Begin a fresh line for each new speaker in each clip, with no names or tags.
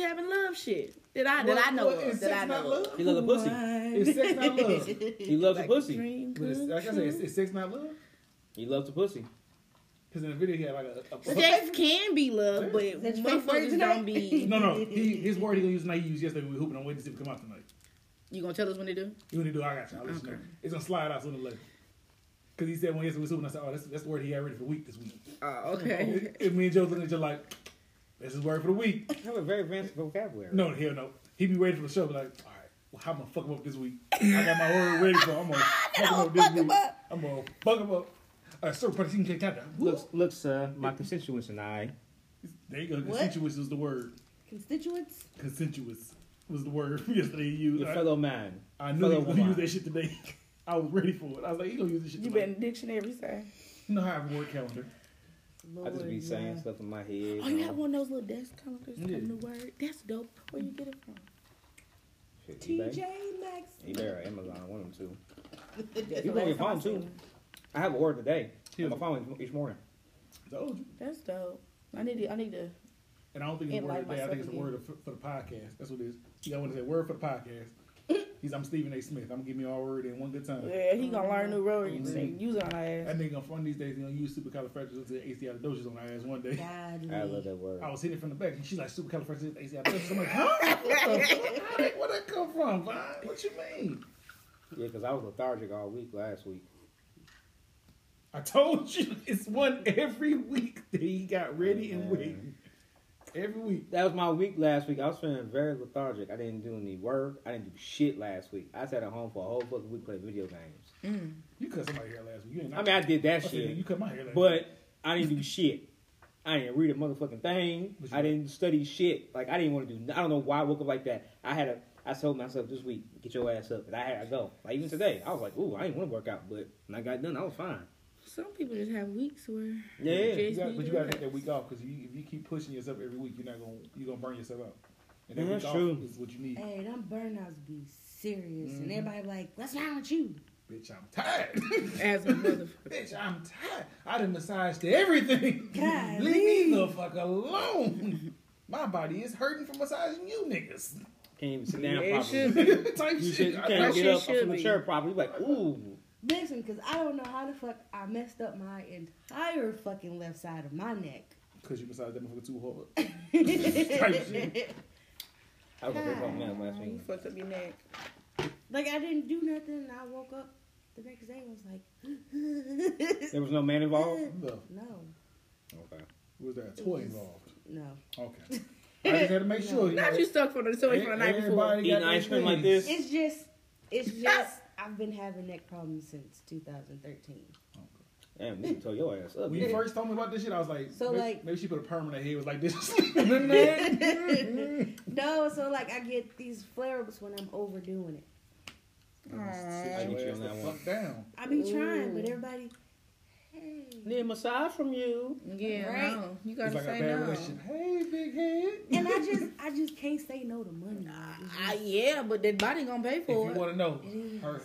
having love shit that I that I know
What- what-
of
is
that I
sex not
know
love?
of.
He loves a pussy.
Is sex not love?
He loves a pussy.
Dream
But it's,
come
like I said,
true.
is, is sex not love?
He loves a pussy.
Because in the video he had like a. a-
Sex can be love, but
That's your favorite
motherfuckers
tonight?
don't be.
no, no. He, his word he gonna use tonight. He used yesterday. We were hooping on waiting to see if it come out tonight.
You gonna tell us when they do?
You want to do? it, I got you. I'll let you know.
Okay.
It's gonna slide out sooner or later. Because he said when yesterday we was hooping, I said, "Oh, that's that's the word he had ready for the week this week."
Oh, okay.
and me and Joe looking at you like, "That's his word for the week."
You have a very advanced vocabulary.
No, hell no. He be ready for the show. Be like, all right, well, I'm gonna fuck him up this week. I got my word ready for. him. I'm gonna fuck him up this week. I'm gonna fuck him up. Uh, sir, protein cake tap
Looks, looks, uh, my constituents and I.
There you go.
What?
Consensuous was the word.
Constituents?
Consensuous was the word yesterday. You,
Your fellow man.
I, I knew he
fellow
was gonna use
woman.
that shit today. I was ready for it. I was like, he gonna use this shit.
You
today.
been in dictionary say.
You know how I have a word calendar.
I just be saying stuff in my head.
Oh, you
you
have
know.
one of those little desk calendars
Yeah.
from the word. That's dope. Where you get it from?
Shit,
TJ
eBay.
Maxx.
eBay or Amazon, one of them two.
That's
You
the
bring your
last time
phone
I seen
too.
him.
I have a word today.
Yeah.
On my phone each morning.
Told you.
That's dope. I need to. I need to.
And I don't think it's a
And
word
like
today. I think it's a
myself
word for, for the podcast. That's what it is. You got one to say word for the podcast. He's I'm Stephen A. Smith. I'm gonna give me all word in one good time.
Yeah, he gonna learn new
Mm-hmm.
roads
Mhm.
and use it on our ass.
That nigga gonna fun these days. He gonna use supercalifragilisticexpialidocious doshas on her ass one day.
Godly.
I love that word.
I was hitting it from the back. and She's like supercalifragilisticexpialidocious. I'm like, huh? What the fuck? How did- Where that come from, Vine? What you mean?
Yeah, because I was lethargic all week last week.
I told you it's one every week that he got ready and waiting every week.
That was my week last week. I was feeling very lethargic. I didn't do any work. I didn't do shit last week. I sat at home for a whole fucking week playing video games.
You cut somebody hair last week. You ain't
I mean, I did that
I said, you
shit,
cut my hair last week.
but I didn't do shit. I didn't read a motherfucking thing.
But you-
I didn't study shit. Like I didn't want to do. I don't know why I woke up like that. I had a. I told myself this week, get your ass up, and I had to go. Like even today, I was like, ooh, I didn't want to work out, but when I got done, I was fine.
Some people just have weeks where
Yeah,
You
Just
got,
need
but
to
you gotta
relax.
take that week off because you, if you keep pushing yourself every week, you're not gonna you're gonna burn yourself out. And that
Yeah,
week
that's
off
true.
is what you need,
Hey, them burnouts be serious.
Mm-hmm.
And
Mhm.
everybody like, what's wrong with you?
bitch. I'm tired.
as a motherfucker.
Bitch, I'm tired. I done massaged to everything.
God,
Leave me the fuck alone. My body is hurting from massaging you niggas.
Can't even sit
Yeah,
down
it should
properly.
be.
Type
You, should,
shit.
you
I-
can't
That
get
shit
up
should
from the
be.
chair properly. You're like, ooh,
Listen, because I don't know how the fuck I messed up my entire fucking left side of my neck.
Cause you massaged that motherfucker too hard.
like,
I was gonna on man last
You
week.
fucked up your neck.
I didn't do nothing. And I woke up the next day and was like,
There was no man involved.
No,
no,
Okay.
was there a toy involved?
no.
Okay. I just had to make sure. you
Not
know, e-
you stuck for the story from the night before.
everybody got
Eating ice
their
cream like
things.
this.
It's just, it's just, I've been having neck problems since 2013.
Damn, you tore your ass up.
When you
yeah.
first told me about this shit, I was like,
So,
maybe,
like-
maybe she put a perm in her head. Was like, this is sleeping in there.
No, so like I get these flare ups when I'm overdoing it.
I
Sit
get
your
you
ass
on
the
that one.
fuck down.
I be trying,
Ooh.
but everybody, hey.
Need a massage from you.
Yeah,
Right?
no. You gotta
It's like a
say
bad
no.
relationship. Hey, big head.
And I just, I just can't say no to money. like, it's
Ah, yeah, but that body gonna pay
If
for
you
it.
want to know,
It
her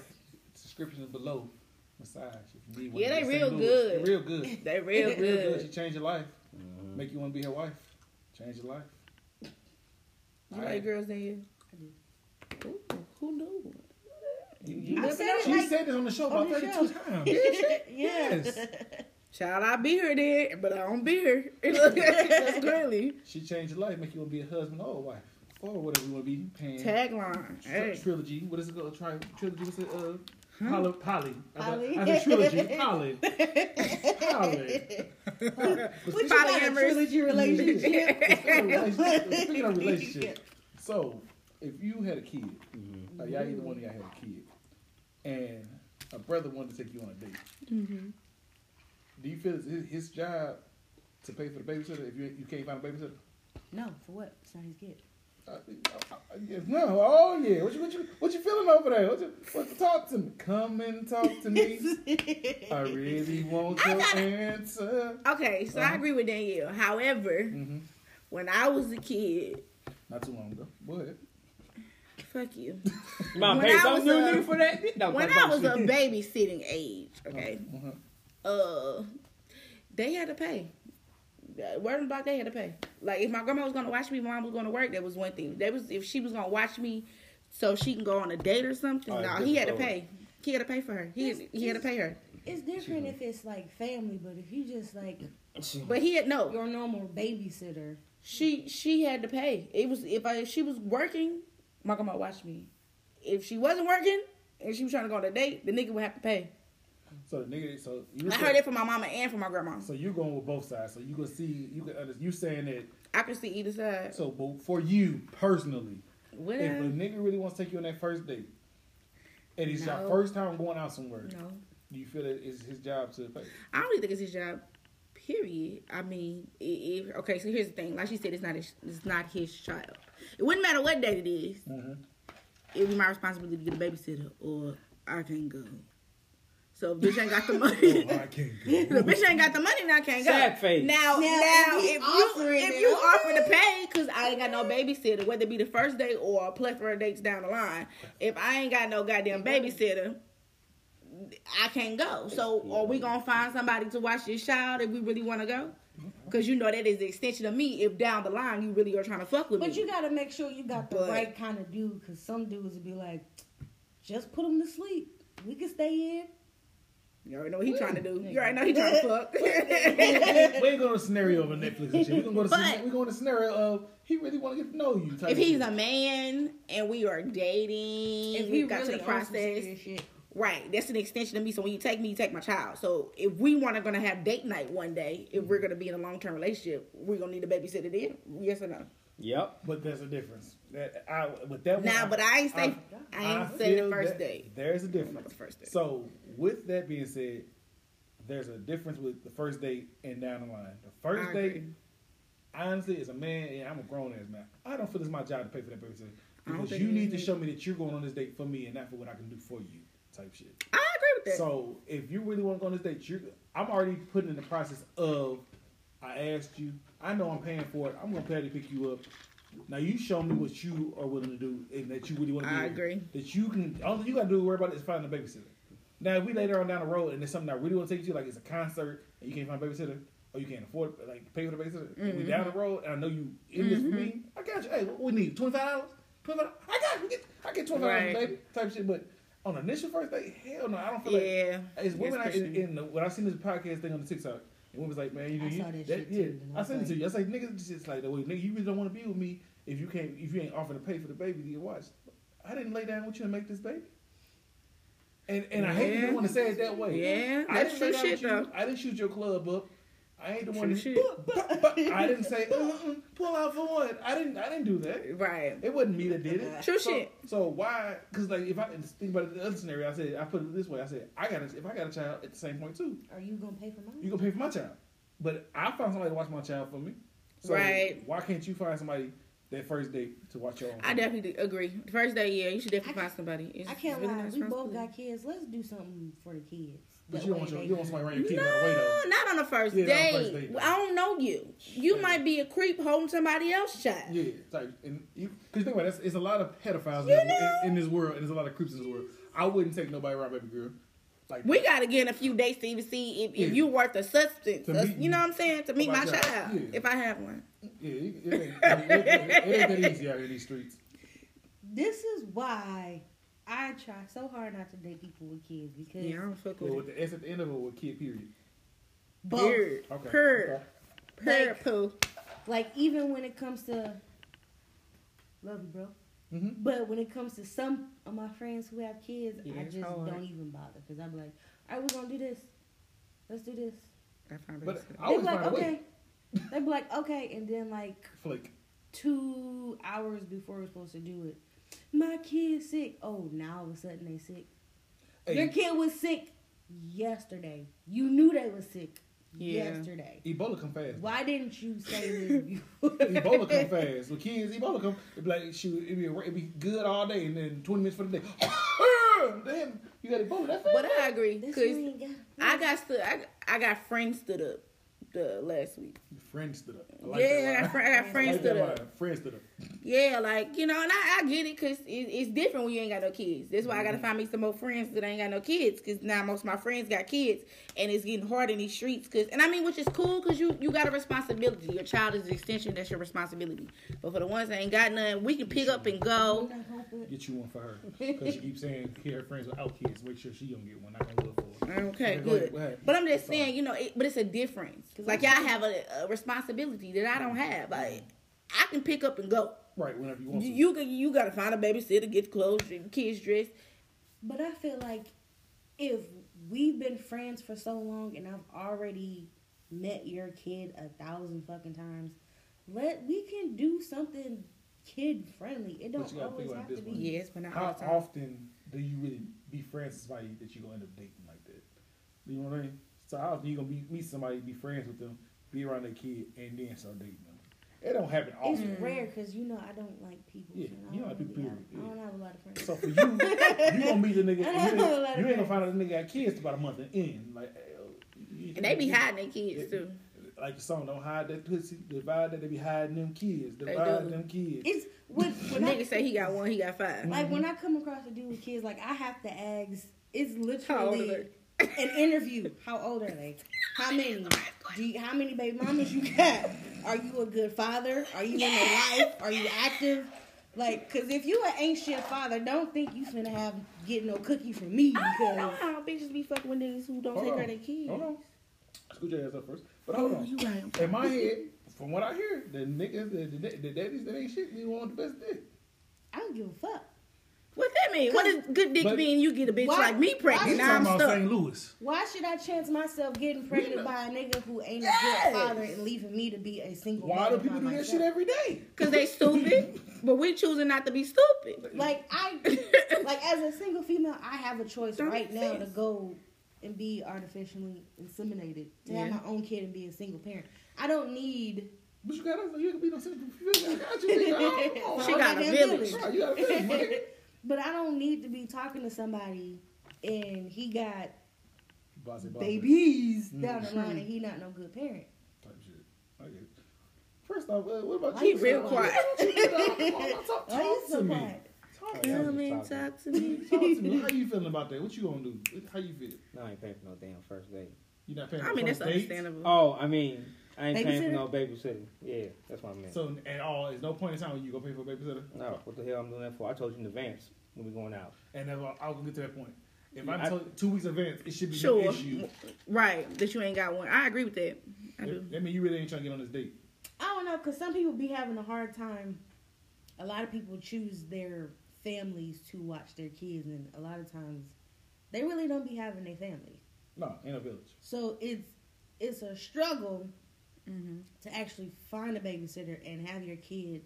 description is below. Massage. If you need one
Yeah,
in
they
St.
real
Louis.
good.
They real good.
They real
Real good. She
good.
change your life.
Mm-hmm.
Make you want to be her wife. Change your life.
You like girls than you?
I do.
Ooh, who knew?
You-
I
you-
said it
she
like-
said this on the show
on
about
the
32
show.
times.
yes.
Child, I be here then, but I don't be here. That's clearly
She changed your life. Make you want to be a husband or a wife. Or whatever you want to be. Pan.
tagline.
Tri-
Hey.
Trilogy. What is it called? Tri- trilogy. What's it? Uh, Poly. Poly. I thought-
Poly.
I said trilogy. Poly. Poly.
What you got a
Polyamorous.
trilogy relationship?
Speaking of relationship- speaking of relationship, so if you had a kid, like y'all either one of y'all had a kid, and a brother wanted to take you on a date, do you feel it's his, his job to pay for the babysitter if you, you can't find a babysitter?
no, for what? It's not his gift.
Uh, uh, uh, yes, no, oh yeah. What you what you what you feeling over there? What you what, talk to me? Come and talk to me. I really want your answer.
Okay, so
Uh-huh.
I agree with Danielle. However,
Mm-hmm.
hmm
when I was a kid,
Not too long ago. What?
fuck you.
Mom,
When
pay
I was,
something new
uh,
new for that. No,
When
fuck
I
that
was a
shit. Uh-huh.
babysitting age, okay,
Uh-huh.
uh, they had to pay. Uh, Word on the block, they had to pay. Like if my grandma was gonna watch me, my mom was gonna work. That was one thing. That was if she was gonna watch me, so she can go on a date or something.
Oh,
no,
it's
he had to
different.
pay. He had to pay for her. He
Yes,
he had to
yes.
pay her.
It's different if it's like family, but if you just like
But he had no.
your normal babysitter,
She she had to pay. It was if I if she was working, my grandma watched me. If she wasn't working and she was trying to go on a date, the nigga would have to pay.
So the nigga, so you
I heard it from my mama and from my grandma.
So you going with both sides. So you can see, you can under, you saying that.
I could see either side.
So, but for you personally,
Would
if a
I?
nigga really wants to take you on that first date, and it's
No.
your first time going out somewhere,
No.
do you feel that it's his job to pay?
I don't really think it's his job. Period. I mean, i if, okay. So here's the thing. Like she said, it's not his, it's not his child. It wouldn't matter what date it is. It would be my responsibility to get a babysitter, or I can't go. So if bitch ain't got the money.
Oh, I can't.
If The bitch ain't got the money, and I can't go.
Sad face.
Now, now,
Now, if he
if, you
offering
if
it,
you
okay.
offer to pay, cause I ain't got no babysitter, whether it be the first date or a plethora of dates down the line. If I ain't got no goddamn babysitter, I can't go. So, are we gonna find somebody to watch this child if we really want to go? Cause you know that is the extension of me. If down the line you really are trying to fuck with
but
me,
you gotta make sure you got the
But-
right kind of dude, because some dudes would be like, just put them to sleep. We can stay in.
you already know what he trying to do. You already know he trying to fuck.
we ain't going to scenario of a Netflix and shit. We gonna go to
But-
scena- we going to scenario of he really want to get to know you.
if
type of
he's
shit.
a man and we are dating,
If
if
we
we've got
really
to the
on some
process.
serious shit.
Right, that's an extension of me. So when you take me, you take my child. So if we want to gonna have date night one day, if
Mm-hmm.
we're gonna be in a long term relationship, we're gonna need a babysitter then. Yes or no?
Yep.
but there's a difference. That I with that one,
Nah, but I ain't say I, ain't say the
feel
first
that
date.
There's a
Not the
difference.
first date.
So with that being said, there's a difference with the first date and down the line. The first
I
date,
agree.
honestly, as a man and I'm a grown ass man, I don't feel it's my job to pay for that babysitter
I don't
because
think
you
it
need to
is
show me that you're going on this date for me and not for what I can do for you, type shit.
I agree with that.
So if you really want to go on this date, you I'm already putting in the process of I asked you, I know I'm paying for it, I'm gonna pay to pick you up. Now you show me what you are willing to do and that you really want to do.
I agree.
That you can all you gotta do worry about is finding a babysitter. Now if we later on down the road and there's something I really want to take you to, like it's a concert and you can't find a babysitter or you can't afford like pay for the babysitter, and
Mm-hmm.
we down the road and I know you in this with me, I got you. Hey, what we need? Twenty five dollars? Twenty five I got you. Get, I get twenty five dollars,
Right.
baby, type shit. But on the initial first date, hell no, I don't feel like
yeah,
it's women I,
It's
in,
pushing.
in the, when I seen this podcast thing on the TikTok, and women's like, man, you,
I
you
saw that shit
yeah,
too, and I
I
was
sent it to
like-
you. I said, nigga, it's just like, well, nigga, you really don't want to be with me if you can't, if you ain't offering to pay for the baby to your watch. I didn't lay down with you and make this baby. And and I hate
Yeah.
you want to say it that way.
Yeah,
I
that's true
didn't lay down with
shit
you.
though.
I didn't shoot your club up. I ain't the one.
True
that-
shit.
But, but I didn't say uh-uh, pull out for one. I didn't. I didn't do that.
Right.
It wasn't me that did it.
True
so,
shit.
So why? Because like if I and think about it, the other scenario, I said I put it this way. I said I got a, if I got a child at the same point too,
Are you gonna pay for mine?
you gonna pay for my child. But I found somebody to watch my child for me. So
Right.
Why can't you find somebody that first date to watch your own?
I
child?
definitely agree. The first date, yeah, you should definitely
I
find somebody. It's,
I can't
it's really
lie.
not
We both
responsible.
got kids. Let's do something for the kids.
But
That
you don't
way
want your,
they-
you don't want somebody around your kid out of the way
No,
though.
not on the first
Yeah, not on
date.
the first date, though.
I don't know you. You
Yeah.
might be a creep holding somebody else's child.
Yeah, type. And you, cause think about it, it's, it's a lot of pedophiles
You
in, this-
know?
in, in this world, and there's a lot of creeps in this world. I wouldn't take nobody around, baby girl. Like
We
that.
gotta get in a few dates to even see if,
Yeah.
if you worth a substance.
To
uh,
meet
you know what I'm saying? To meet my
my child.
child,
Yeah.
if I have one.
Yeah, it, it, ain't, it, ain't- it ain't that easy out here in these streets.
This is why I try so hard not to date people with kids because
Yeah, I don't fuck
Well,
with
with
it.
the S at the end of it, with kid period.
both.
Period.
Okay.
Period.
okay.
Period.
Like-
Pooh.
Like even when it comes to love you, bro.
Mhm.
But when it comes to some of my friends who have kids,
Yeah,
I
it's
just
hard.
don't even bother because I'm like, all right, we're gonna do this. Let's do this.
I found
But
it.
I
They be
always
like,
find a
okay.
way.
They be like, okay, and then like
Flick.
two hours before we're supposed to do it. My kid's sick. Oh, now all of a sudden they sick.
Hey,
Your kid was sick yesterday. You knew they was sick
Yeah.
yesterday.
Ebola come fast.
Why didn't you say this before?
Ebola come fast. With kids, Ebola come. It be like shoot, it be it be good all day, and then twenty minutes for the day. Damn, you got Ebola that fast.
But I agree
That's
because
when you got-
I got stood. I, I got friends stood up the last week.
Friends to the.
yeah,
that
fr-
line.
I had
I
friends
like
to
that
the.
line. Friends to the.
Yeah, like you know, and I, I get it because it, it's different when you ain't got no kids. That's why I gotta
Mm-hmm.
find me some more friends that ain't got no kids. Because now most of my friends got kids, and it's getting hard in these streets. Cause and I mean, which is cool because you you got a responsibility. Your child is an extension. That's your responsibility. But for the ones that ain't got none, we can pick up and go.
Get you one for her because she keeps saying care friends without kids. Make sure she don't get one. I can look for. her.
Okay,
Okay, go ahead,
good.
go ahead.
But I'm just saying, you know, it, but it's a difference. Like y'all have a, a responsibility that I don't
Mm-hmm.
have. Like I can pick up and go.
Right, whenever you want.
You
to.
you, can- you gotta find a babysitter, get clothes, kids dressed.
But I feel like if we've been friends for so long and I've already met your kid a thousand fucking times, let we can do something kid friendly. It
But
don't
you gotta
always
think
have
about
to
this
be.
one.
Yes, but not all
How
the time.
often do you really be friends with somebody that you gonna end up dating like that? You know what I mean? So how often you gonna be, meet somebody, be friends with them, be around their kid, and then start dating them? It don't happen
It's
often.
rare because you know I don't like people.
Mm. Yeah,
and I
you don't like
really
people,
have-
period,
I don't have a lot of friends.
So for you, you gonna meet the nigga. You,
I
ain't- you ain't
know a lot of
gonna
friends.
find out the nigga got kids till about a month and end. Like, eh, you-
And they be hiding their kids
It-
too.
Like the song, don't hide that pussy. Divide that. They be hiding them kids.
They
Divide
do.
them kids.
it's when, when I,
Nigga say he got one, he got five.
like when I come across a dude with kids, like I have to ask. It's
How old are
literally
they?
an interview. How old are they? How many? Do you, how many baby mamas you got? Are you a good father? Are you in the life? Are you active? Like, cause if you an ancient father, don't think you finna have get no cookie from me
I don't know
because
how bitches be fucking with niggas who don't
Hold
take
on.
care of their kids.
Hold on. Scoot your ass up first. But hold on.
Oh, You right.
In my head, from what I hear, the niggas, the, the, the daddies that ain't shit, they want the best dick.
I don't give a fuck.
What that mean? What does good dick
But-
mean? You get a bitch
Why-
like me pregnant,
why-
now I'm stuck.
Louis.
Why should I chance myself getting
know-
pregnant by a nigga who ain't a
Yes.
good father and leaving me to be a single?
Why do
mother
people
by
do that
myself?
shit every day?
Cause they stupid, but we choosing not to be stupid.
Like I, like as a single female, I have a choice
Don't
right
make
now to
sense.
go and be artificially inseminated to
Yeah.
have my own kid and be a single parent. I don't need.
But you gotta, you can be no simple. You got you, nigga. I don't know.
She got a
Goddamn
village.
Bro, you gotta finish, nigga.
But I don't need to be talking to somebody and he got
Bossy, bossy.
babies down
Mm-hmm.
the line and he not no good parent.
Type shit. Okay. First off, uh, what about
Why
you?
He real quiet.
Talk, talk,
Why you
talk
so
to me.
quiet?
Talk to
Come
me.
and talk to me.
Talk to me. How you feeling about that? What you gonna do? How you feel?
No, I ain't paying for no damn first date.
You not paying
I
for
mean that's
first dates?
understandable.
Oh, I mean, I ain't paying for
Babysitter?
no babysitting. Yeah, that's what I meant.
So at all, there's no point in time when you go pay for a babysitter.
no, what the hell I'm doing that for? I told you in advance when we going out.
And I'll, I'll get to that point. If I'm
I-
told two weeks advance, it should be no
Sure.
issue.
Right, that you ain't got one. I agree with that. I do.
That, that mean you really ain't trying to get on this date.
I don't know, cause some people be having a hard time. A lot of people choose their families to watch their kids, and a lot of times they really don't be having their family.
No, in a village.
So it's it's a struggle
Mhm.
to actually find a babysitter and have your kid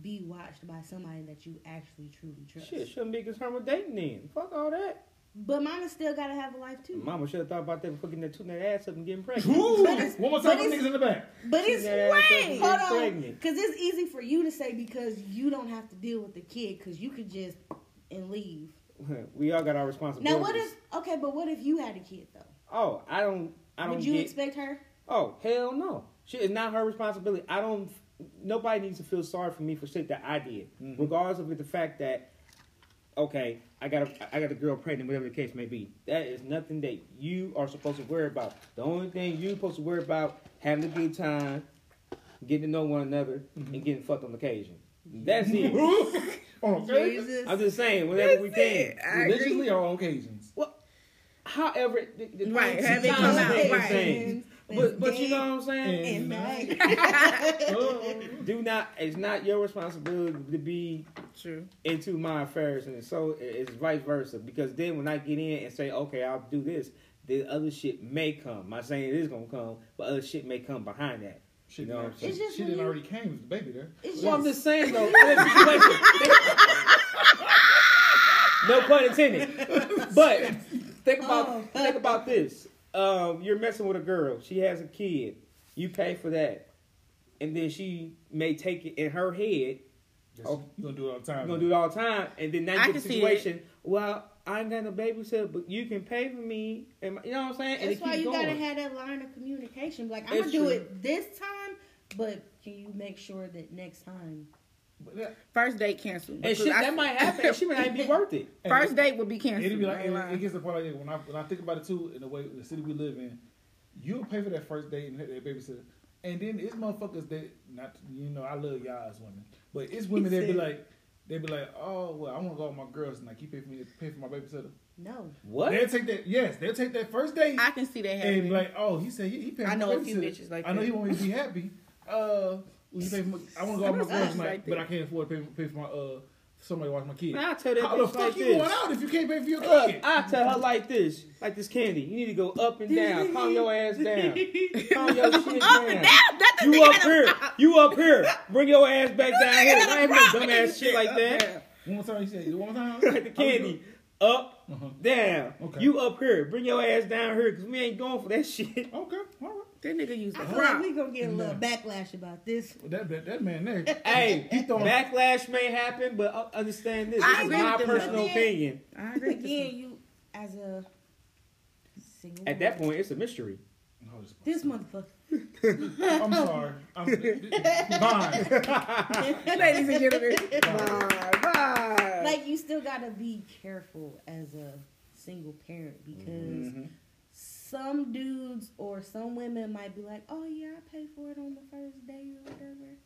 be watched by somebody that you actually truly trust.
Shit, shouldn't be concerned with dating then. Fuck all that.
But mama still gotta have a life too.
Mama should have thought about that before getting that tooting that ass up and getting pregnant.
Ooh,
But it's-
one more
but
time for
it's-
niggas in the back.
But it's
Yeah,
way
that's
hold
what I'm
on,
pregnant.
because it's easy for you to say because you don't have to deal with the kid because you could just and leave.
we all got our responsibilities.
Now what if okay, but what if you had a kid though?
Oh, I don't. I don't
Would you
get.
expect her?
oh hell no. Shit, it's not her responsibility. I don't. Nobody needs to feel sorry for me for shit that I did,
Mm-hmm.
Mhm.
regardless of the fact that. Okay, I got a I got a girl pregnant, whatever the case may be. That is nothing that you are supposed to worry about. The only thing you're supposed to worry about having a good time, getting to know one another,
Mm-hmm.
and getting fucked on occasion. That's it.
on occasion.
Jesus.
I'm just saying, whenever we
That's it.
can.
I agree.
Religiously or on occasions.
However, the, the
Right, have it
times
come out,
make
right.
things. But but you know what I'm saying.
And
night.
do not it's not your responsibility to be
True.
into my affairs and so it's vice versa because then when i get in and say okay i'll do this the other shit may come i'm not saying it is gonna come but other shit may come behind that
Shit,
You know what I'm
shit,
saying?
It's just
shit
when
done
you-
already came with the baby there.
It's
well i'm
just-
just saying though there's a situation. no pun intended but think about
Oh.
think about this um, you're messing with a girl she has a kid you pay for that and then she may take it in her head
Yes, You gonna do it all the time.
You're gonna do it all the time, and then now
I
you
can
get a
see
situation. Well, I ain't got no babysitter, but you can pay for me. And my, you know what I'm saying? And
That's
it
why
keep
you gotta
going.
have that line of communication. Like I'm
It's
gonna do
true.
it this time, but can you make sure that next time?
But that,
First date canceled.
And
Because
shit,
I-
that might happen. She might not be worth it.
and
First date would be canceled.
It'd be like
I
it,
ain't
it
lying.
gets to the point like that when I when I think about it too in the way the city we live in, you'll pay for that first date and that babysitter, and then it's motherfuckers that not you know I love y'all as women, but it's women that be
said-
like they be like oh well I want to go with my girls and like you pay for me to pay for my babysitter.
No.
What?
They'll take that yes they'll take that first date
I can see that
and
happening.
be like oh he said he, he paid.
I
for my
know a few
babysitter.
bitches like
I know
that.
he want me to be happy. Uh, well, he pay for my, I want to go out with my
That's
girls
us
tonight,
right there.
but I can't afford to pay, pay for my uh somebody to watch my kids.
Man, I tell that
How
bitch
the fuck
like
you
this.
going out if you can't pay for your
Look,
kid?
I tell her like this, like this candy. You need to go up and down, calm your ass down, calm your shit
Up and down,
down.
that's the
You
thing I don't-
up here, you up here. Bring your ass back down here. I ain't no dumb ass shit like
Up
that.
there.
One more time, you said. One more time.
Like the candy, up, down.
Uh-huh. Okay.
You up here, bring your ass down here, cause we ain't going for that shit.
Okay, all right.
That nigga used
I
a
feel like
prop.
we gonna get a little
No.
backlash about this.
Well, that, that that man there.
Hey,
He throwing-
backlash may happen, but uh, understand this.
I
This is
agree
my
with them,
personal
but then-
opinion.
I agree. with this
Again, you as a single
At
woman.
that point, it's a mystery.
Hold this.
this motherfucker.
I'm sorry. I'm Vine.
one. Ladies and gentlemen, bye, bye.
Like you still gotta be careful as a single parent because some dudes or some women might be like, "Oh yeah, I pay for it on the first day or whatever."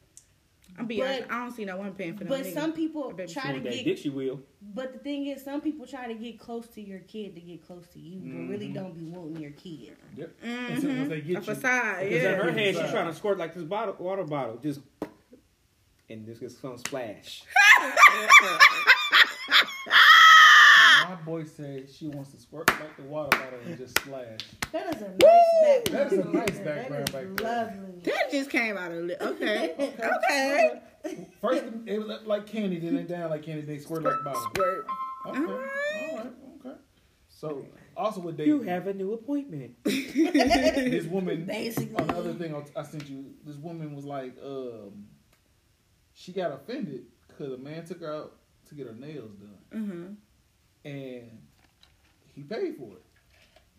I'm being
but-
honest, I don't see no one paying for them.
But
niggas.
some people
I bet you
try to
One day,
get.
Dixie will.
But the thing is, some people try to get close to your kid to get close to you, but really don't be wanting your kid.
Yep.
Mhm.
Except once
Mm-hmm.
they
a
get you.
facade,
Because in
yeah.
her hand, she's
Right.
trying to squirt like this bottle, water bottle, just and this gets some splash.
My boy said she wants to squirt like the water bottle and just slash.
That is a nice background.
That is a nice
That is
background back there.
Lovely.
That just came out of li- okay, okay.
First, it was like candy, then they down like candy, they squirt like bottle.
Word.
Okay.
All
All
right.
right. Okay. So, also with dating,
You have a new appointment.
this woman
Basically.
another thing I- I sent you, this woman was like, um, she got offended because a man took her out to get her nails done,
Mhm.
and he paid for it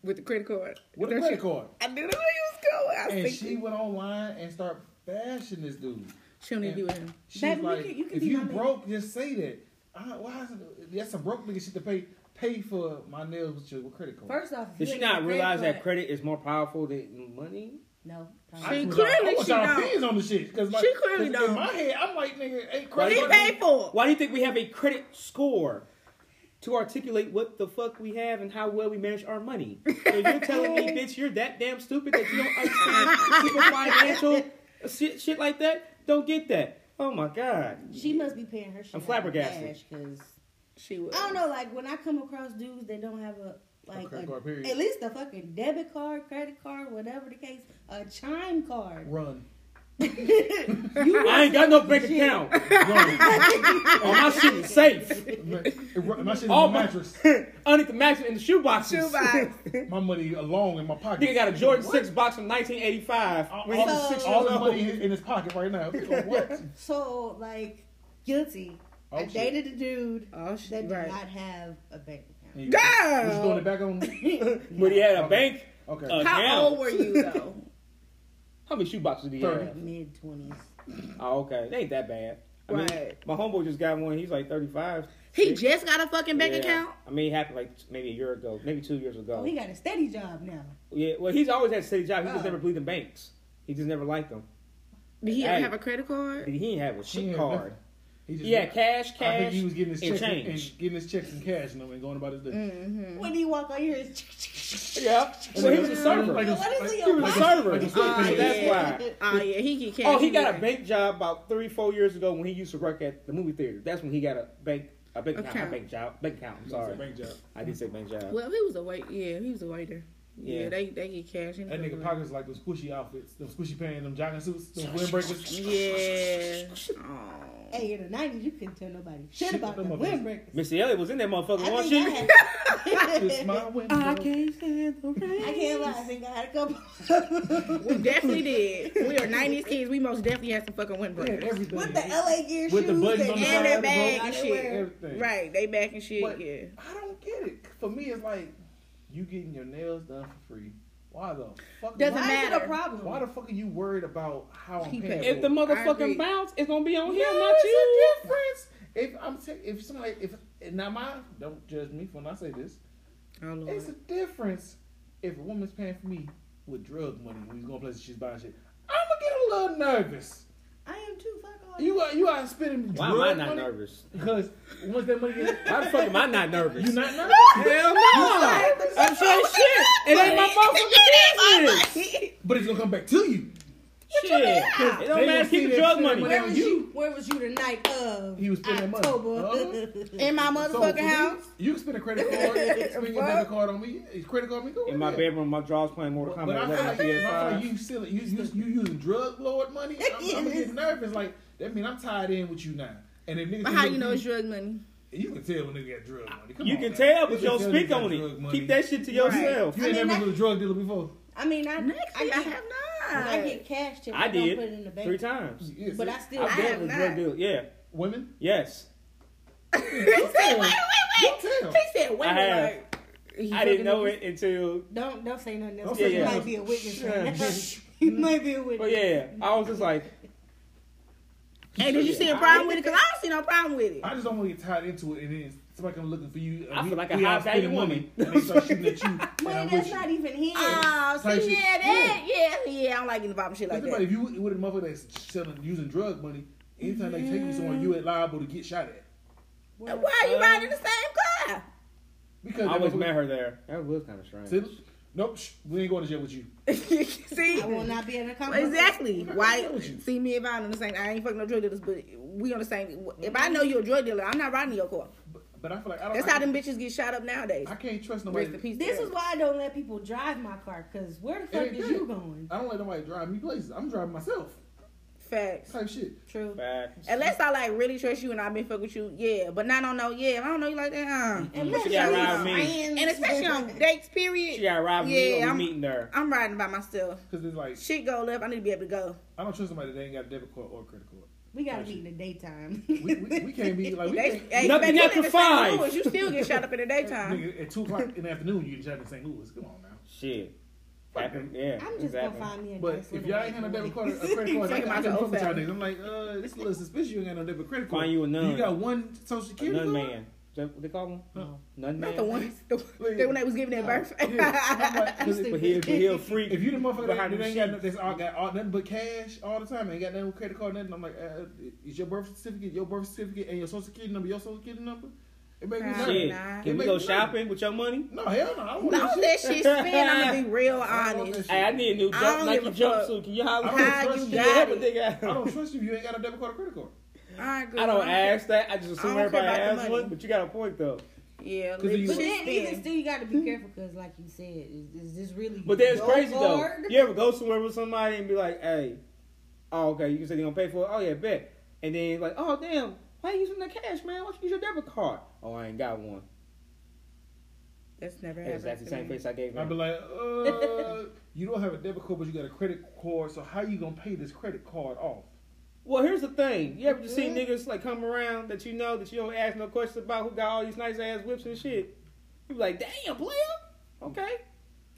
With the credit card.
with a
That
credit
shit-
card.
I knew where you was going. I was
And
thinking.
she went online and started bashing this dude.
She don't need to be with him.
She's
Baby, you
like,
can- you can
if
be
you
my man."
broke, just say that. I, why is it, that's a broke nigga shit to pay pay for my nails with your credit card.
First off,
Did
you
she
ain't
not
got
realize that
credit
credit is more powerful than money?
card- No.
I
She
was-
clearly
I was
she
y'all
don't.
opinions on the shit because like
She clearly
'cause
don't.
in my head I'm like nigga ain't credit
He
card-
paid for.
Why do you think we have a credit score to articulate what the fuck we have and how well we manage our money? So you're telling me, bitch, you're that damn stupid that you don't understand super financial shit, shit like that? Don't get that. Oh my god.
She must be paying her shit.
I'm flabbergasted.
Because
She would.
I don't know, like when I come across dudes that don't have a like
credit
a-
card, period.
at least a fucking debit card, credit card, whatever the case, a chime card.
Run.
You
I ain't got no bank account. All my shit is safe.
Man, it ru- my shit is
All
on the
my-
mattress.
Underneath the mattress in the shoeboxes.
Shoebox.
My money alone in my pocket.
Nigga got a Jordan 6 box from 1985.
Oh.
All,
when
all
he was
the-
six
all
years
the
old.
money in, in his pocket right now. Oh, What?
So like guilty.
Oh,
I
shit.
dated a dude
Oh shit.
that did
Right.
not have a bank account.
And you-
Damn.
Was you doing it back on?
But he had a bank.
Okay.
Uh,
How
Now.
old were you though?
How many shoeboxes did he
Thirty.
have?
Mid twenties.
Oh, okay. It ain't that bad. I mean,
Right.
my homeboy just got one. He's like 35.
he just got a fucking bank
Yeah.
account.
I mean, it happened like t- maybe a year ago, maybe two years ago.
Oh, he got a steady job now.
yeah, well, he's always had a steady job. He
Oh.
just never believed in banks. He just never liked them.
Did he ever
Hey.
have a credit card?
He didn't have a
He
shit
had
card.
nothing. He just
He had cash,
I
cash,
think he was getting his
and
checks and,
change.
getting his checks and cash and, and going about his day.
Mm.
Mm-hmm.
When he walk on here, it's
yeah. So he was a server.
Like
What is he
he was
Like
a
a-
server.
like a
So
server.
that's
Yeah.
why.
Oh yeah, he get cash.
Oh, he got a
get-
bank job about three, four years ago when he used to work at the movie theater. That's when he got a bank, a bank account,
Account.
a bank job, bank account. I'm
Sorry.
sorry,
Bank job.
I did say bank job.
Well, he was a wait. Yeah, he was a waiter. Yeah,
Yeah.
they they get cash. He was
That
a
Mm-hmm.
nigga
waiter.
pockets like those squishy outfits, those squishy pants, them jogging suits, them windbreakers.
Yeah. Aw.
hey in the nineties you couldn't tell nobody shit
Shit,
about the
them
windbreakers.
Missy Elliott was in that motherfucker,
I
wasn't
think I
she?
had
It's my window.
stand the rain.
I can't lie, I think I had a couple
We definitely did. We are 90s kids. We most definitely had some fucking
Yeah,
windbreakers.
everything.
with the LA gear
With the
shoes
buttons
that
on the
And
side
their
of the
bag
boat.
and shit.
Everything.
Right, they back and shit,
But
yeah.
I don't get it. for me, it's like you getting your nails done for free. Why the fuck?
Doesn't
why,
Why is it
matter.
a problem?
why the fuck are you worried about how I'm
He
paying?
paid.
for
If the
it?
motherfucking
agree.
bounce, it's gonna be on
no,
him, not you.
it's a difference. If I'm ta- if somebody if now my don't judge me for when I say this,
Oh, Lord.
it's a difference. If a woman's paying for me with drug money, when he's going places, she's buying shit. I'm gonna get a little nervous.
I am too. Fuck all.
You are you are spending
Why
drug
am I not
money
nervous?
because once that money gets
Why the fuck am I not nervous?
you not nervous.
Hell no! I'm saying shit. It ain't my motherfucking business.
but it's gonna come back to you.
Shit. It don't matter. Keep the drug money.
Where was you? Where was you the night of?
He was spending money. Uh-huh.
October.
In my
So,
motherfucking
for me,
house.
You can spend a credit card, spend your
What?
debit card on me, eh, credit card on me. Go
In my
ahead.
bedroom, my drawers playing Mortal
But but I
Kombat.
feel
Like,
like if I feel like you still you, you, you using drug lord money, I'm, I'm getting nervous. Like that mean I'm tied in with you now. And if niggas
But how you know it's drug money?
you can tell when nigga got drug money. Come
you
on
can
now.
tell,
You
but
can
you don't
tell
speak
nigga
on
got drug
it.
money.
Keep that shit to yourself.
You ain't
I mean,
never
I-
been with a drug dealer before.
I mean, I
Next
I,
thing I
get,
have
when
not.
I get cash tips. I,
I
don't put it in the
did
bank.
three times.
Yes,
But I
yes.
still.
I've
I
dealt
have
with
not.
drug dealers. Yeah.
women.
Yes.
He said, wait, wait,
Don't tell.
wait. He said, wait,
I have.
wait. He
I didn't
fucking
know
with
it until.
don't don't say nothing else.
Don't say
He
nothing
might
else.
be a witness.
Sure.
right now. he might be a witness.
But Oh, yeah, I was just like,
you. Hey, did you see a problem with it? Because I don't see no problem with it.
I just don't want to get tied into it, and then somebody come looking for you.
I
We-
feel like a
we out
high-value
spending
woman.
money, And they start shooting at you. and I'm
Money
with
that's
you.
not even his.
Oh,
Type
see,
shit.
yeah, that, yeah, yeah. I don't like getting involved in shit like
Think about
that.
if you with a motherfucker that's selling using drug money, anytime they take you somewhere, you at liable to get shot at.
Why are
Uh,
you riding in the same car?
Because
I
that
always
motherfucker-
met her there. That was kind of strange.
See, nope, shh, we ain't going to jail with you.
see,
I will not be in a conversation.
exactly. Why
with you.
see me if I'm on the same? I ain't fucking no drug dealers, but we on the same. If I know you're a drug dealer, I'm not riding in your car.
But, but I feel like I don't.
That's
I,
how them bitches get shot up nowadays.
I can't trust
Rest in
nobody.
peace.
This
to
is
them.
why I don't let people drive my car. Cause where the fuck
ain't
is
good.
you going?
I don't let nobody drive me places. I'm driving myself.
facts.
Type shit.
True.
Facts.
Unless I like really trust you and I've been fucking with you, yeah. But not on no, yeah. If I don't know you like that,
Mm-hmm.
uh.
Unless
Yeah,
you
ride me.
friends
and especially
with-
on dates, period.
She got robbed me
Yeah,
on
I'm-
meeting her.
I'm riding by myself.
Because it's like
Shit go left. I need to be able to go.
I don't trust somebody that ain't got a debit card or credit card.
We gotta meet in the daytime.
We, we, we can't be like we
They,
can't,
hey,
Nothing
back
after
in St.
five.
Louis, you still get shot up in the daytime.
nigga, at two o'clock in the afternoon. You can drive to St. Louis. Come on now.
Shit. Happened. Yeah.
I'm just
exactly.
gonna find me a
But
nice
if
little
y'all ain't had no debit
white
card or
boy.
a credit card, like,
Talking
I
about
couldn't
the
fuck with y'all
old
niggas. I'm like, uh, it's a little suspicious you ain't got no debit credit card.
Find you a nun.
You got one social
A
security
nun
card?
man. Is that what they call him?
No.
Nun man.
Not the ones, the, the one that was giving their birth.
Yeah. I'm like, 'cause
But
if-
he'll, but he'll freak.
If you the motherfucker that,
Behind
that
the
ain't got, no,
sheets.
that's all, got all, nothing but cash all the time, ain't got no credit card, nothing, I'm like, uh, is your birth certificate, your birth certificate, and your social security number, your social security number? It make me
Nah.
nervous.
Shit.
Nah.
Can we go shopping with your money?
No, hell no. I don't want
Long
that
as
shit.
that shit spin, I'm gonna be real
I don't want that
honest.
shit.
Hey, I need a new
I don't
jump, Nike
give a fuck.
jumpsuit. Can you holler?
I don't
How
trust
you
you.
got
help a
it?
nigga out.
I don't trust you if you ain't got a debit card or credit card.
I agree.
I don't
care.
ask that. I just assume
I don't care
everybody
about the
has
money.
one. But you got a point though.
Yeah,
Cause you-
let
But
shit
then even
spin.
still, you gotta be careful because, like you said, is, is this really?
But that's
your
crazy
card?
though. You ever go somewhere with somebody and be like, "Hey, oh okay, you can say they gonna pay for it. Oh yeah, bet." And then like, "Oh damn, why you using that cash, man? Why you use your debit card? Oh, I ain't got one."
That's never happened.
That's exactly the
to
same
me.
face I gave
I'd be
him.
like, uh, you don't have a debit card, but you got a credit card. So how you gonna pay this credit card off?
Well, here's the thing. You ever just see niggas like come around that you know that you don't ask no questions about who got all these nice ass whips and shit? You be like, "Damn, player." Okay.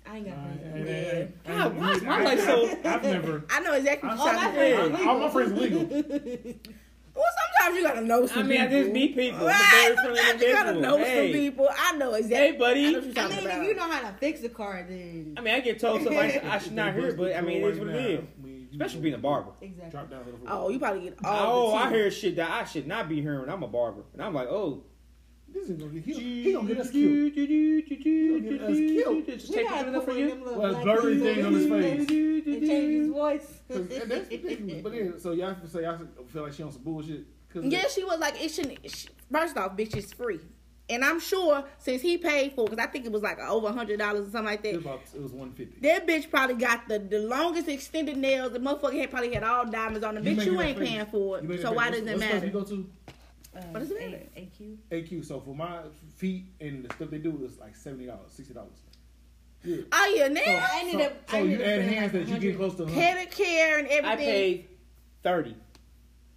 I ain't got
I-
friends.
Yeah.
I- I-
God, why is my
I-
life so-
I've never.
I know exactly what
All
you're
my
talking about.
friends, all my friends legal.
Well, sometimes you gotta know
I
some
mean, I
people.
just meet people. It's a
Right?
very friendly
Sometimes you gotta
individual.
know
Hey.
some people. I know exactly.
Hey, buddy.
I know what you're
I
talking
mean,
about.
if you know how to fix a car, then
I mean, I get told stuff I, I should not hear, but I mean, it is what it is. Especially being a barber.
exactly.
Drop down. to the floor.
oh, you probably get all.
Oh,
the
I
tea.
hear shit that I should not be hearing. I'm a barber, and I'm like, oh,
This is gonna get he, he gonna get us killed. gonna get us killed.
Just
We
take
gotta
it up
put
for
one of them
you.
little
Well,
black
blurry
people
thing on his face.
and change his voice.
'Cause that- That's ridiculous. But then, so y'all feel- so y'all feel like she on some bullshit. Cause
Yeah, she was like, it shouldn't. It sh- first off, bitch is free, and I'm sure since he paid for, because I think it was like over a hundred dollars or something like
it
that.
was about it was one fifty.
That bitch probably got the, the longest extended nails. The motherfucker had probably had all diamonds on the bitch. You ain't paying for it, so why does it matter?
You go to
What does it matter?
Uh, A- AQ.
AQ. So for my feet and the stuff they do is like seventy dollars, sixty dollars. Yeah.
Oh yeah, nails,
uh-huh.
I ended
so,
up- I
so
ended
you
up
add
spending
hands
like
that you get
100.
close to. 100.
pedicure, and everything.
I paid thirty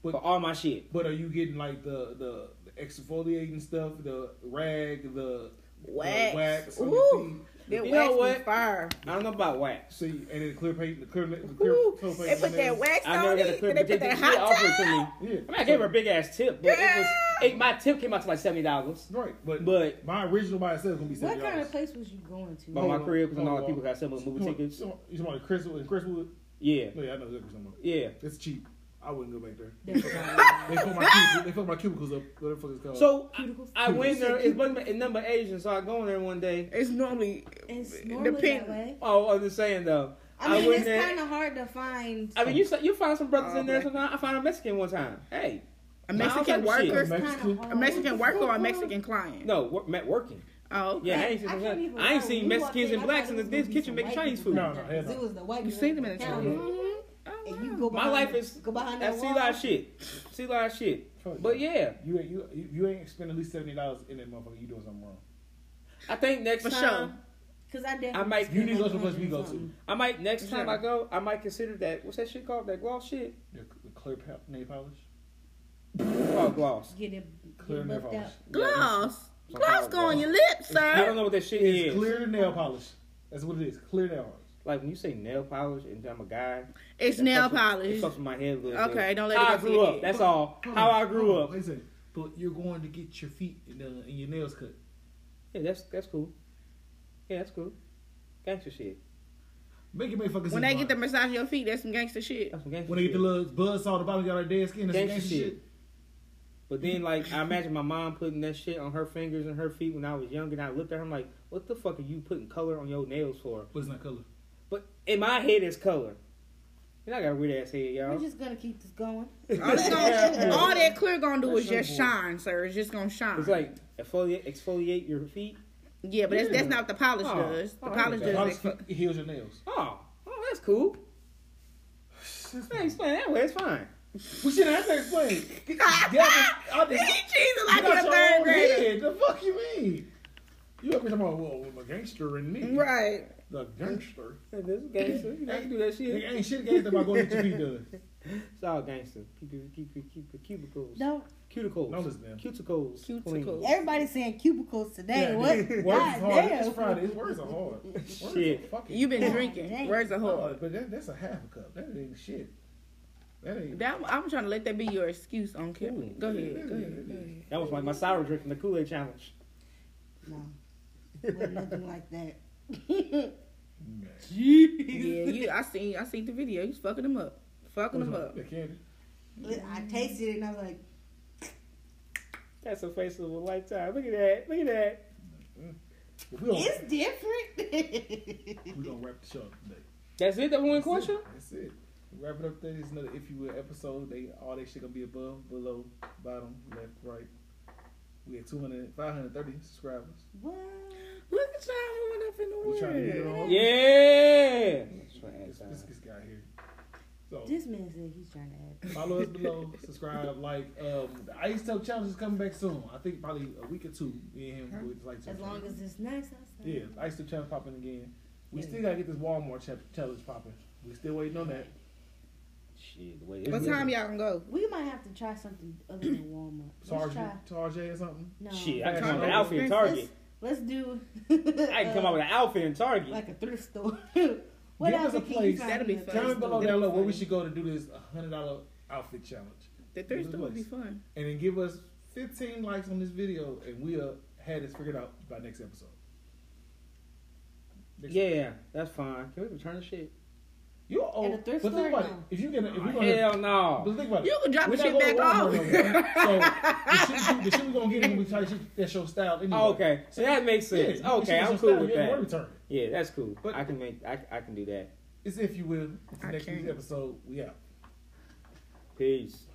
But-
for all my shit.
But are you getting like the the, the exfoliating stuff, the rag, the
Wax.
wax on your
Ooh.
feet.
That
You
wax
know
was
what?
fire.
I don't know about wax.
See, and then the clear paint, the clear, the clear
Ooh.
coat paint.
They put that wax
I
on
never got a
it. Then
clip,
they
but they,
put
they,
that
they offered it
hot
to me.
tub.
Yeah,
I mean, I gave her a big ass tip, but it was it, my tip came out to like seventy dollars.
right, but
But-
my original by itself is gonna be
What
seven
kind of place was you going to?
But my career because
Hold
all
on.
the people got selling movie tickets.
You want- you want the Crystal and Crystalwood?
Yeah,
Yeah, I know exactly somewhere.
yeah.
It's cheap. I wouldn't go back there.
That's right.
They fuck my cubicles, they fuck my cubicles up. What the fuck is called?
So I,
Cuticles.
I went there. It's bunch of- it's number Asian, so I go in there one day.
It's normally
It's normally that
depending.
way.
Oh, I'm just saying though.
I mean,
went
it's
there.
kind of hard to find.
I mean, you saw- you find some brothers
Oh,
in there.
black-
Sometimes I found a Mexican one time. Hey,
A
Nah, I don't
Mexican
like shit.
worker,
Mexican-
Kinda hard.
a Mexican worker, or a Mexican client.
no, wor- met working.
Oh, okay.
Yeah, I ain't seen,
I
some-
can't even
I ain't
lie.
seen
When you
Mexicans
walked in,
and
I
blacks
thought
in the
it was gonna
this
be
kitchen
some
making
white
Chinese
people.
food.
no, no, hell
It
no.
was the white.
You
girl
seen
on
them in the Oh,
counter.
trailer.
Mm-hmm. And you go
My
behind
life
the-
is
go behind that
that's sea
wall.
live shit, sea live shit. But yeah,
You ain't you you- you ain't spend at least seventy dollars in that motherfucker. You doing something wrong.
I think next
For
time
sure.
Cause I definitely.
I might
You need to go to the place we go to.
I might next time
Sure.
I go, I might consider that what's that shit called? That gloss shit?
The, the clear pa- nail polish.
It's called gloss.
Get it.
Clear
Get
nail
buffed out.
polish.
Gloss.
Some
Gloss
kind
go on
of
your lips,
I don't
sir.
know what that shit
It's
is.
clear nail polish. That's what it is. Clear nail polish.
Like when you say nail polish and I'm a guy,
It's
that
nail
fucks with-
polish.
it fucks with my head a little bit.
Okay, don't let it
How
go
I
to
grew
your
up.
head.
That's all. How I grew up.
Wait a second. But you're going to get your feet and, uh, and your nails cut.
Yeah, that's that's cool. Yeah, that's cool. Gangster shit.
Make it make fucking
When
sense,
they get the
Mark.
massage your feet, that's some gangster shit.
That's some gangster
when they get the
shit.
little buzz saw the bottom got our dead skin. That's
Gangsta
gangsta
shit.
shit.
But then, like, I imagine my mom putting that shit on her fingers and her feet when I was young, and I looked at her, I'm like, what the fuck are you putting color on your nails for?
But it's not color.
But in my head, it's color. And I got a weird ass head,
We're
y'all.
just gonna keep this going.
All, it's gonna, all that clear gonna do is
That's
just
your boy.
shine, sir. It's just gonna shine.
It's like exfoliate, exfoliate your feet.
yeah, but that's, that's not what the polish
Oh,
does. The
oh,
polish
okay.
does.
Polish
exfo-
it heals your nails.
Oh, oh, that's cool. I explain that way. It's fine.
We shouldn't have to explain. Get- Gavin, I
He
just
cheated
I
like
got
a
your
third
own
grader.
head. The fuck you mean? You up here talking about well, the gangster and me?
Right.
The gangster.
Hey, This is gangster. You know, I can do that
Nigga
shit.
ain't shit gangster about going to get your feet done.
It's all gangster. Keep your, keep your, keep your cubicles.
No,
Cuticles.
No, listen, man.
Cuticles. clean.
Cuticles.
everybody's saying cubicles today.
Yeah,
what?
nigga, Words is
God
hard.
damn.
It's Friday. It's words are hard. Words are
Shit.
fucking
You've been
Damn.
drinking. Where's the
hard.
whole?
But that, that's a half a cup. That ain't shit. That ain't.
That, I'm trying to let that be your excuse on camera.
Ooh.
Go
that
ahead.
ain't-
Go
that
ahead.
ain't-
That was like my sour drink from the Kool Aid challenge.
No, wasn't nothing like that.
Man.
Yeah, you. I seen. I seen the video. You was fucking them up. Fucking them up.
The candy.
I tasted it and I was like,
That's a face of a lifetime. Look at that. Look at that.
But We don't,
it's different.
we don't wrap the show up today.
That's it. That one
That's it.
question.
That's it. We Wrap it up today. It's another if you will episode. They all that shit gonna be above, below, bottom, left, right. We had 200, 530 subscribers.
what?
Look at y'all moving up in the
We trying to get it
world.
on.
Yeah.
This, this, this guy here. So
This man said he's trying to add.
follow us below, subscribe, like. Um, the Ice Tub Challenge is coming back soon. I think probably a week or two. Me and him
Huh?
would like to.
As long as it's nice outside.
yeah, the Ice Tub Challenge popping again. We
Yeah.
still gotta get this Walmart cha- challenge popping. We still waiting on that.
Shit. Wait,
What time y'all gonna go?
We might have to try something other than Walmart. Let's
Target,
try.
Target or something.
No.
Shit. I can
Fashion
come up with an
over
outfit in Target.
Let's do.
I can come up with an outfit in Target.
like a thrift store. what
Give us
else
a
can you
place.
find
That'd be
in a
fun.
thrift
Comment below
store?
down low where we should go to do this hundred dollar outfit challenge,
The third store would be fun.
and then give us fifteen likes on this video, and we'll have this figured out by next episode. Next-
yeah, that's fine. Can we return the shit?
you are old.
At a thrift
but think
store?
about it.
No.
If you get, if
Oh,
you gonna,
hell no.
but think about it.
You can drop
We're
the shit
not
back
going
off.
to Walmart no more. so the shit, the shit we gonna get when we try to shit that's your style anyway.
Oh, okay, so that makes
Yeah,
sense.
you can shit
okay,
that's
I'm
your
cool
style,
with
you ain't worried
that.
about return.
Yeah, that's cool.
But-
I can make. I, I can do that.
It's if you will. It's
I
next week's
can't.
episode. We out.
Peace.